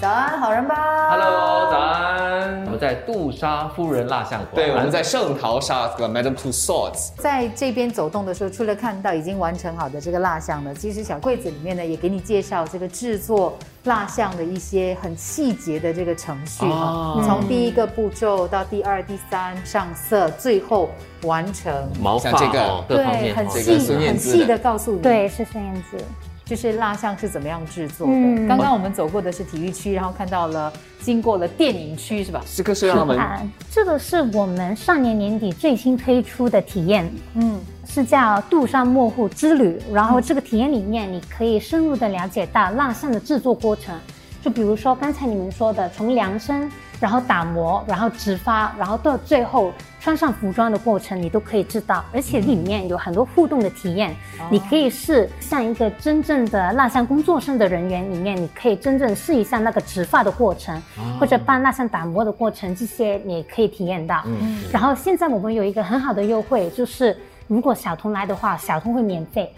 早安，好人吧。 Hello，早我安。们在杜莎夫人蜡像馆，对，我们在圣淘沙和 Madame Tussauds。在这边走动的时候，除了看到已经完成好的这个蜡像呢，其实小柜子里面呢也给你介绍这个制作蜡像的一些很细节的这个程序哈、啊哦从第一个步骤到第二、第三上色，最后完成。毛发像这个哦各方对，面很哦这细个孙燕很姿细的的告诉你，对，，是孙燕姿。就是蜡像是怎么样制作的。嗯刚刚我们走过的是体育区，然后看到了经过了电影区，是吧？这个是让他们啊，这个是我们上年年底最新推出的体验，嗯，是叫“杜莎莫湖之旅”。然后这个体验里面，你可以深入的了解到蜡像的制作过程，就比如说刚才你们说的，从量身，然后打磨，然后直发，然后到最后穿上服装的过程，你都可以知道。而且里面有很多互动的体验，你可以是像一个真正的蜡像工作室的人员里面，你可以真正试一下那个直发的过程，或者帮蜡像打磨的过程，这些你也可以体验到。嗯然后现在我们有一个很好的优惠，就是如果小童来的话，小童会免费。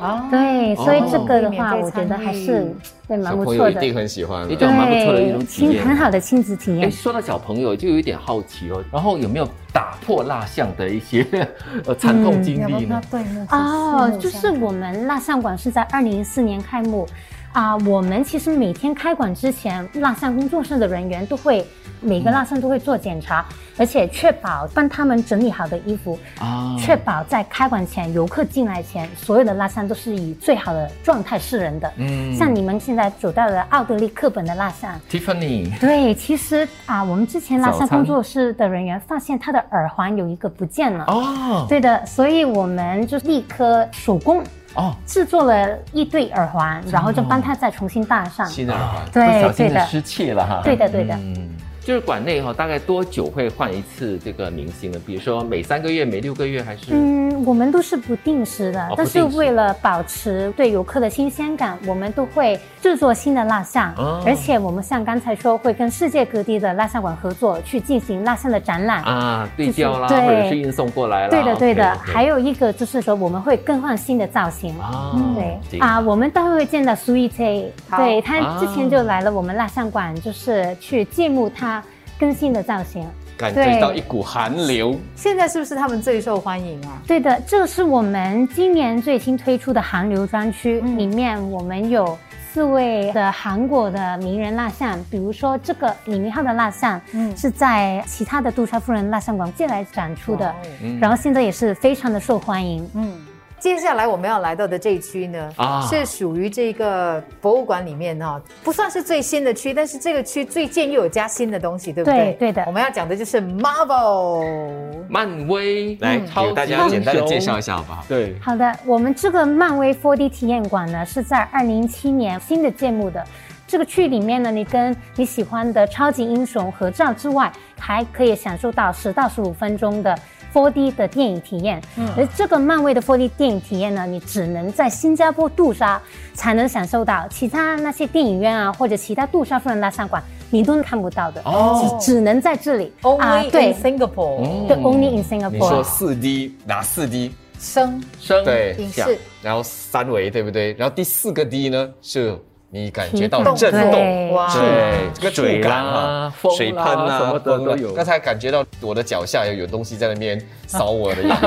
啊，对，所以这个的话，哦我觉得还免费参是与对蛮小朋不错友一的。定很喜欢一的定。蛮不错的一种对，体验亲很好的亲子体哎，验。说到小朋友，就有一点好奇哦，然后有没有打破蜡像的一些 呃惨痛经要不要历跟嗯他呢？对幕哦，就四目相是我们蜡像馆是在二零一四年开幕，啊、我们其实每天开馆之前，蜡像工作室的人员都会每嗯个蜡像都会做检查，而且确保帮他们整理好的衣服，啊确保在开馆前游客进来前，所有的蜡像都是以最好的状态示人的。嗯像你们现在走到的奥地利课本的蜡像， Tiffany 对，其实啊、我们之前蜡早像餐工作室的人员发现他的耳环有一个不见了。哦对的，所以我们就立刻手工哦，制作了一对耳环，然后就帮他再重新戴上。新的耳环，不对小心对的的，失窃了哈。对的对的嗯，就是馆内哈、大概多久会换一次这个明星呢？比如说每三个月、每六个月，还是、嗯，我们都是不定时的，哦但不是定时为了保持对游客的新鲜感，我们都会制作新的蜡像，哦而且我们像刚才说，会跟世界各地的蜡像馆合作，去进行蜡像的展览。啊对焦啦，就是对或者是运送过来啦？对的，对的。 OK，OK 还有一个就是说，我们会更换新的造型。啊，这对个啊，我们待会会见到苏一翠，好对他之啊前就来了我们蜡像馆，就是去揭幕他更新的造型。感觉到一股寒流。现在是不是他们最受欢迎啊？对的，这是我们今年最新推出的韩流专区，嗯里面我们有四位的韩国的名人蜡像，比如说这个李明浩的蜡像，嗯是在其他的杜莎夫人蜡像馆借来展出的哇哦，嗯然后现在也是非常的受欢迎。嗯，接下来我们要来到的这一区呢，啊是属于这个博物馆里面哈、不算是最新的区，但是这个区最近又有加新的东西，对不对？对对的我们要讲的就是 Marvel。漫威来，超给级大家简单的英雄介绍一下好不好？对，好的，我们这个漫威 4D 体验馆呢，是在二零一七年新的建幕的。这个区里面呢，你跟你喜欢的超级英雄合照之外，还可以享受到十到十五分钟的 4D 的电影体验。嗯而这个漫威的 4D 电影体验呢，你只能在新加坡杜莎才能享受到，其他那些电影院啊或者其他杜莎夫人蜡像馆你都看不到的，哦只只能在这里啊 Only in 对 Singapore，、对，Only in 你说 Singapore。四 D 拿四 D，声声对影像视然后三维对不对？然后第四个 D 呢是你感觉到体感震动，对哇，对这个水触感啦啊，风啦水喷啊，什么的风啦都有刚才感觉到我的脚下有有东西在那边扫我的一样，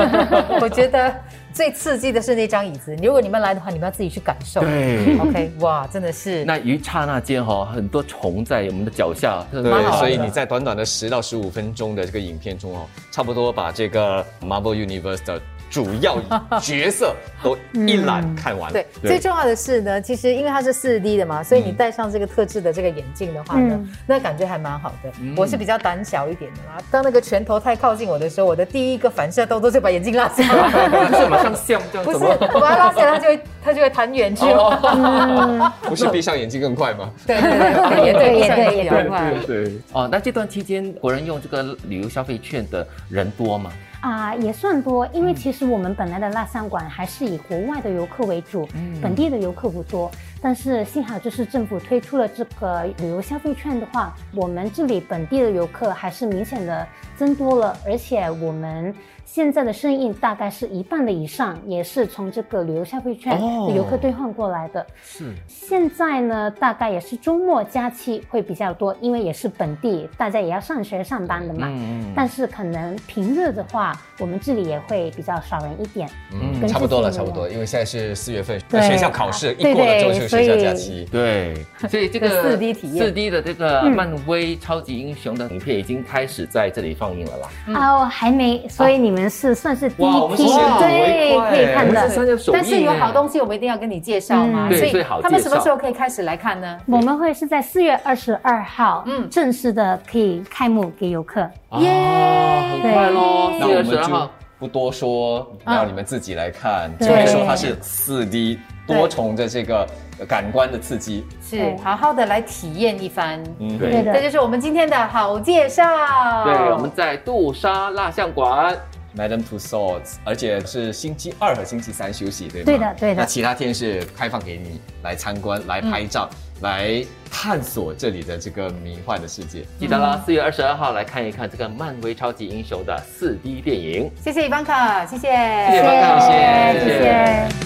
我觉得最刺激的是那张椅子，如果你们来的话，你们要自己去感受。对。 OK，哇，真的是那一刹那间哈、很多虫在我们的脚下，蛮好对，的所以你在短短的十到十五分钟的这个影片中哦，差不多把这个 Marvel Universe 的主要角色都一览看完。嗯对，最重要的是呢，其实因为它是四 D 的嘛，所以你戴上这个特制的这个眼镜的话呢，嗯那感觉还蛮好的。我是比较胆小一点的啦，当那个拳头太靠近我的时候，我的第一个反射动作就把眼镜拉下来，就是马上像这样不怎是，么？我把它拉下来，它就会它就会弹远去了。不是闭上眼睛更快吗？对对对，也对，对也对，对也对。对对。哦，那这段期间国人用这个旅游消费券的人多吗？啊、也算多，因为其实我们本来的蜡像馆还是以国外的游客为主，本地的游客不多。但是幸好就是政府推出了这个旅游消费券的话，我们这里本地的游客还是明显的增多了，而且我们现在的生意大概是一半的以上也是从这个旅游消费券哦的游客兑换过来的。是现在呢，大概也是周末假期会比较多，因为也是本地，大家也要上学上班的嘛。嗯但是可能平日的话，我们这里也会比较少人一点。嗯，跟差不多了，之差前不多，因为现在是四月份，呃对学校考试一对过了之后对就是学校所以假期。对，所以这个这 4D 体验嗯四 D 的这个漫威超级英雄的影片已经开始在这里放映了啦。嗯啊，我还没，所以你们是算是第哇我一们批是先睹为对快可以看我们的是。三月首映但是有好耶东西，我们一定要跟你介绍嘛，嗯对所最以好他们介什么绍时候可以开始来看呢？我们会是在四月二十二号，嗯嗯，正式的可以开幕给游客。耶哦很快喽，对那四我月们十二号就。不多说，嗯让你们自己来看，对只会说它是四 D 对多重的这个感官的刺激。是对好好的来体验一番。嗯，对对的这就是我们今天的好介绍。对，我们在杜沙蜡像馆。 Madam Two Swords，而且是星期二和星期三休息，对吗？对的对的那其他天是开放给你来参观、来拍照、嗯来探索这里的这个迷幻的世界。记得啦，四月二十二号来看一看这个漫威超级英雄的四 D 电影。谢谢伊凡卡，谢谢，谢谢 Ivanka，谢谢谢谢